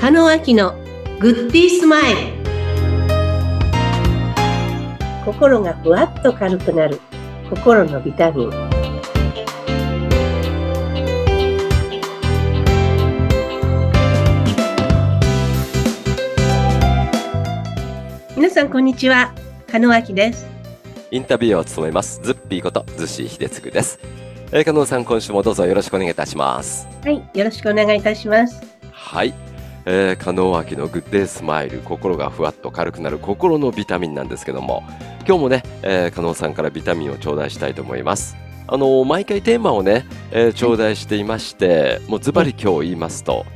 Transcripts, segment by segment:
中野明のグッディースマイル心がふわっと軽くなる心のビタミン皆さんこんにちは加野明ですインタビューを務めます、ズッピーこと、ズッシー秀嗣です。えー、加納さん、今週もどうぞよろしくお願いいたします。はいよろしくお願いいたしますはい。えー、加納明のグッデイスマイル、心がふわっと軽くなる心のビタミンなんですけども、今日もね、えー、加納さんからビタミンを頂戴したいと思います。あのー毎回テーマをね、えー、頂戴していまして、もうズバリ今日言いますと、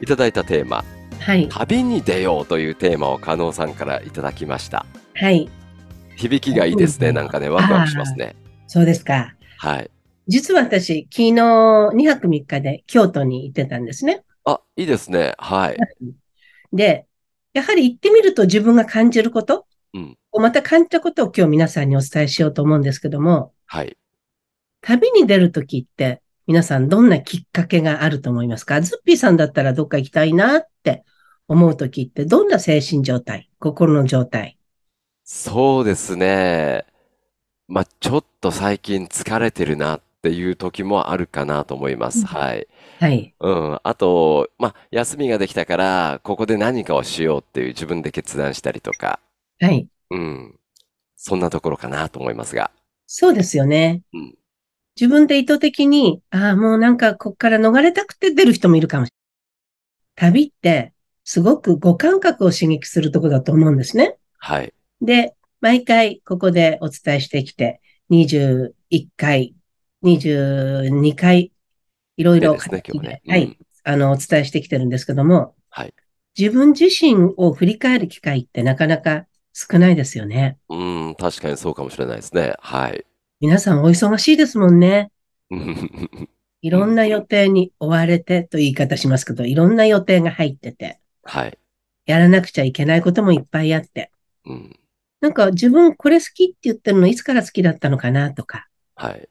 いただいたテーマ、はい旅に出ようというテーマを加納さんからいただきました。はい響きがいいですね。なんかね、ワクワクしますね。そうですかはい。実は私昨日2泊3日で京都に行ってたんですねあ、いいですね。 はい。でやはり行ってみると自分が感じること、うんまた感じたことを今日皆さんにお伝えしようと思うんですけどもはい。旅に出るときって、皆さんどんなきっかけがあると思いますかズッピーさんだったらどっか行きたいなって思うときって、どんな精神状態心の状態そうですね。まあ、ちょっと最近疲れてるなっていう時もあるかなと思いまうんす。はい。はい。うん。あと、まあ、休みができたから、ここで何かをしようっていう自分で決断したりとか、はい。うん。そんなところかなと思いますが。そうですよね。うん自分で意図的に、ああ、もうなんかこっから逃れたくて出る人もいるかもしれない。旅って、すごく五感覚を刺激するところだと思うんですね。はい。で、毎回ここでお伝えしてきて、21回、22回、いろいでろですね、形で今日はね。ういん。、あの、お伝えしてきてるんですけども、はい自分自身を振り返る機会ってなかなか少ないですよね。うん。確かにそうかもしれないですね。はい。 皆さんお忙しいですもんね。いろんな予定に追われてという言い方しますけど、いろんな予定が入ってて、はい。やらなくちゃいけないこともいっぱいあって、うん。なんか自分これ好きって言ってるのいつから好きだったのかなとか、はい。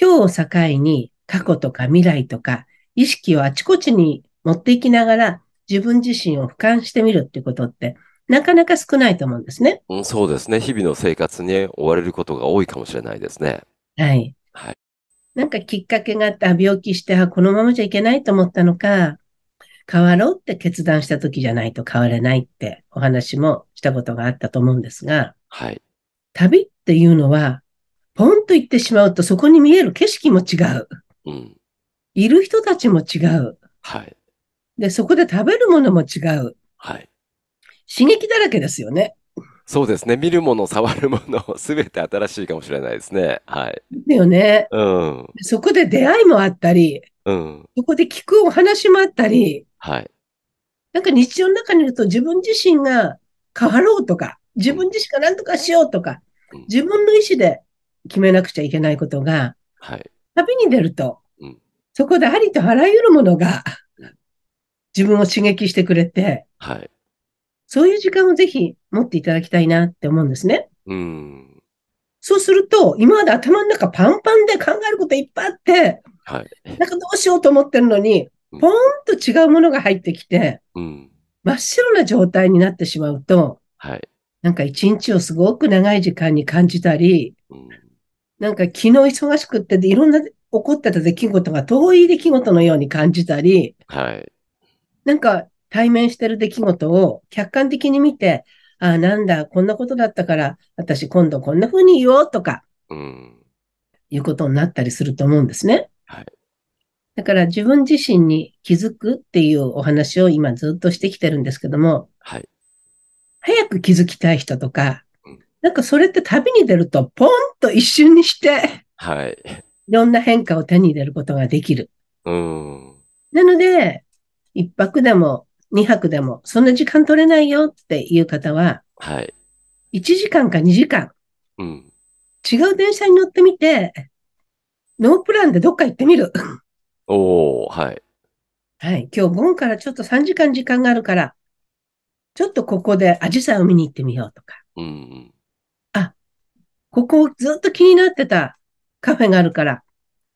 今日を境に過去とか未来とか意識をあちこちに持っていきながら自分自身を俯瞰してみるっていうことってなかなか少ないと思うんですね。うん、そうですね。日々の生活に追われることが多いかもしれないですね。はい。はいなんかきっかけがあって、あ病気して、あこのままじゃいけないと思ったのか、変わろうって決断した時じゃないと変われないってお話もしたことがあったと思うんですが、はい。旅っていうのは、ポンと行ってしまうとそこに見える景色も違う。うん。いる人たちも違う。はい。で、そこで食べるものも違う。はい。刺激だらけですよね。そうですね。見るもの、触るもの、 すべて新しいかもしれないですね。はい。だよね。うん。そこで出会いもあったり、うん。そこで聞くお話もあったり、はい。なんか日常の中にいると自分自身が変わろうとか、自分自身が何とかしようとかうん、自分の意思で決めなくちゃいけないことが、はい。旅に出るとうん、そこでありとあらゆるものが自分を刺激してくれて、はい。そういう時間をぜひ持っていただきたいなって思うんですね。うん。そうすると、今まで頭の中パンパンで考えることいっぱいあって、はい。なんかどうしようと思ってるのに、うポーんンと違うものが入ってきて、うん。真っ白な状態になってしまうと、はい。なんか一日をすごく長い時間に感じたり、うん。なんか昨日忙しくってでいろんな起こってた出来事が遠い出来事のように感じたり、はい。なんか対面してる出来事を客観的に見て、ああ、なんだ、こんなことだったから、私今度こんな風に言おうとか、うん。いうことになったりすると思うんですね。はいだから自分自身に気づくっていうお話を今ずっとしてきてるんですけども、はい。早く気づきたい人とかうん、なんかそれって旅に出るとポンと一瞬にして、はい。いろんな変化を手に入れることができる。うん。なので、一泊でも二泊でも、そんな時間取れないよっていう方は、はい。 1時間か2時間、うん。違う電車に乗ってみて、ノープランでどっか行ってみる。おー。はい。はい。今日午後からちょっと3時間時間があるから、ちょっとここでアジサイを見に行ってみようとか、うん。ここずっと気になってたカフェがあるから、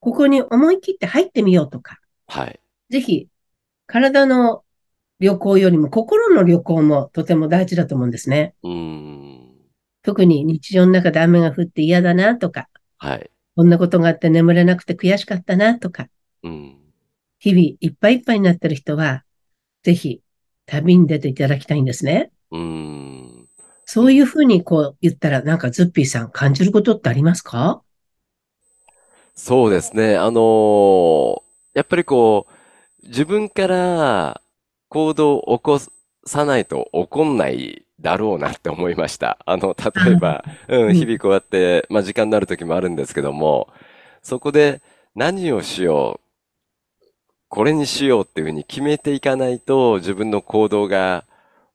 ここに思い切って入ってみようとか、はい。ぜひ体の旅行よりも心の旅行もとても大事だと思うんですね。うーん。特に日常の中で雨が降って嫌だなとか、はい。こんなことがあって眠れなくて悔しかったなとか、うん。日々いっぱいいっぱいになってる人は、ぜひ旅に出ていただきたいんですね。うーん。そういうふうにこう言ったら、なんかズッピーさん感じることってありますかそうですね。あのーやっぱりこう、自分から行動を起こさないと起こんないだろうなって思いました。あの、例えば、う、うんん日々こうやって、まあ時間になる時もあるんですけども、そこで何をしよう、これにしようっていうふうに決めていかないと自分の行動が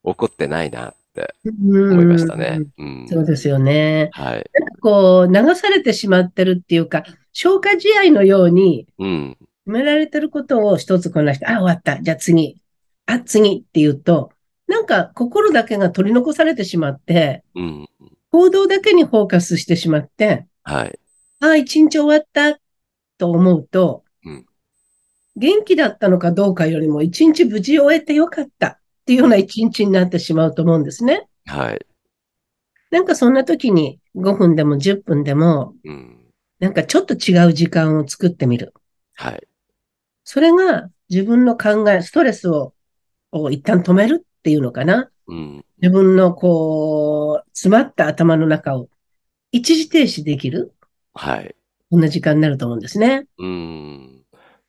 起こってないなって思思いましたね。うん。そうですよね。はい。なんかこう、流されてしまってるっていうか、消化試合のように、うん。決められてることを一つこなして、あ、終わった。じゃあ次。あ、次って言うと、なんか心だけが取り残されてしまって、うん。行動だけにフォーカスしてしまって、はい。あ、一日終わったと思うと、うん元気だったのかどうかよりも、一日無事終えてよかったっていうような一日になってしまうと思うんですね。はい。なんかそんな時に5分でも10分でも、うん。なんかちょっと違う時間を作ってみる。はい。それが自分の考え、ストレスをを一旦止めるっていうのかな。うん、自分のこう、詰まった頭の中を一時停止できる。はい。こんな時間になると思うんですね。うん。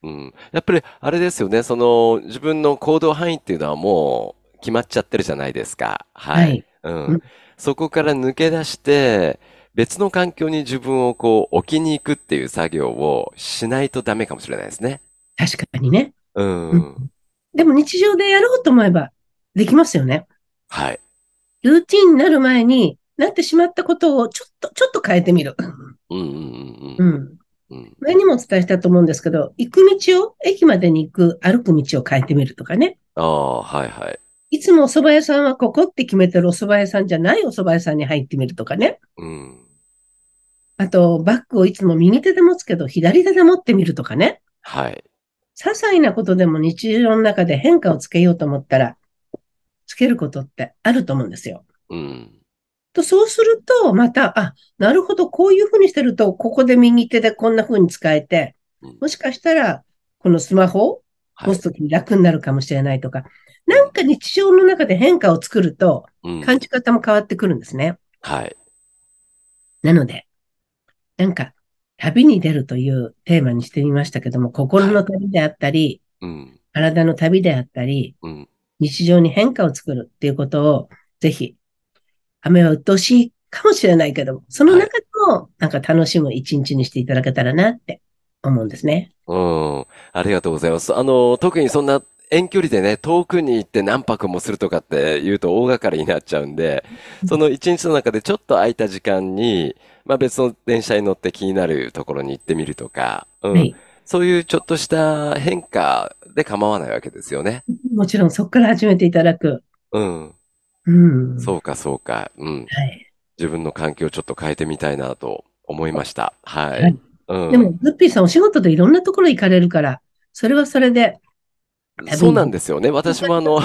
うん。やっぱり、あれですよね、その、自分の行動範囲っていうのはもう、決まっちゃってるじゃないですか。はい。うん。うんそこから抜け出して、別の環境に自分をこう、置きに行くっていう作業をしないとダメかもしれないですね。確かにね。うん。うんでも日常でやろうと思えばできますよね。はい。ルーティンになる前になってしまったことをちょっと、ちょっと変えてみる。うんううんうんん。うん。うん。前にもお伝えしたと思うんですけど、行く道を、駅までに行く、歩く道を変えてみるとかね。ああ、はいはい。いつもお蕎麦屋さんはここって決めてるお蕎麦屋さんじゃないお蕎麦屋さんに入ってみるとかね。うん。あと、バッグをいつも右手で持つけど、左手で持ってみるとかね。はい。些細なことでも日常の中で変化をつけようと思ったら、つけることってあると思うんですよ。うん。とそうすると、また、あ、なるほど、こういうふうにしてると、ここで右手でこんなふうに使えてうん、もしかしたら、このスマホをはい。持つときに楽になるかもしれないとか、なんか日常の中で変化を作ると、うん。感じ方も変わってくるんですね。はい。なので、なんか、旅に出るというテーマにしてみましたけども、心の旅であったり、うん。体の旅であったり、うん。日常に変化を作るっていうことを、ぜひ、雨は鬱陶しいかもしれないけども、その中でも、なんか楽しむ一日にしていただけたらなって思うんですね。うん。ありがとうございます。あの、特にそんな遠距離でね、遠くに行って何泊もするとかって言うと大掛かりになっちゃうんで、その一日の中でちょっと空いた時間に、まあ別の電車に乗って気になるところに行ってみるとか、うん。はいそういうちょっとした変化で構わないわけですよね。もちろんそこから始めていただく。うん。うん。そうか、そうか。うん。はい。自分の環境をちょっと変えてみたいなと思いました。ははいい。うん。でも、ズッピーさんお仕事でいろんなところ行かれるから、それはそれで、そうなんですよね。私もあの、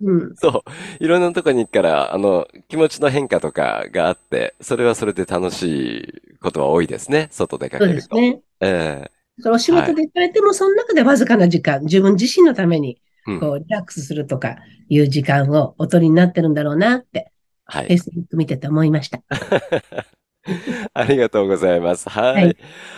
うん。そう。いろんなとこに行くから、あの、気持ちの変化とかがあって、それはそれで楽しいことは多いですね。外出かそうけでるすと。ね。えだからお仕事で行かれても、その中でわずかな時間、自分自身のために、えうん。こう、リラックスするとかいう時間をお取りになってるんだろうなって、はい Facebook 見てて思いました。 ありがとうございます。ははいい。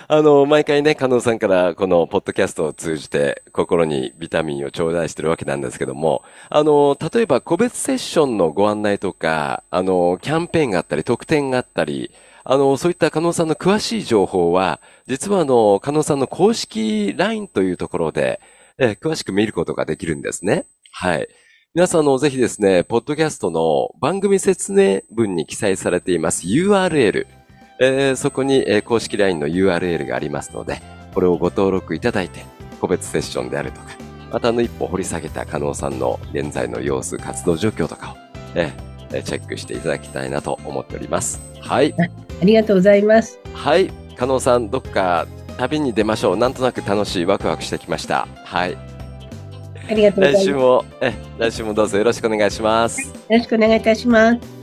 あの、毎回ね、加納さんからこのポッドキャストを通じて心にビタミンを頂戴してるわけなんですけども、あの、例えば個別セッションのご案内とか、あの、キャンペーンがあったり、特典があったり、あの、そういった加納さんの詳しい情報は、実はあの、加納さんの公式 LINE というところで、えー詳しく見ることができるんですね。はい。皆さんあの、ぜひですね、ポッドキャストの番組説明文に記載されています URL、えーそこに、えー公式 LINE の URL がありますので、これをご登録いただいて、個別セッションであるとか、またあの一歩掘り下げた加納さんの現在の様子、活動状況とかを、えーえーチェックしていただきたいなと思っております。はい。ありがとうございます。はい。加納さん、どっか旅に出ましょう。なんとなく楽しい、ワクワクしてきました。はい。ありがとうございま来す。週よも、え、来週もどうぞよろしくお願いします。ろしくお願いいたします。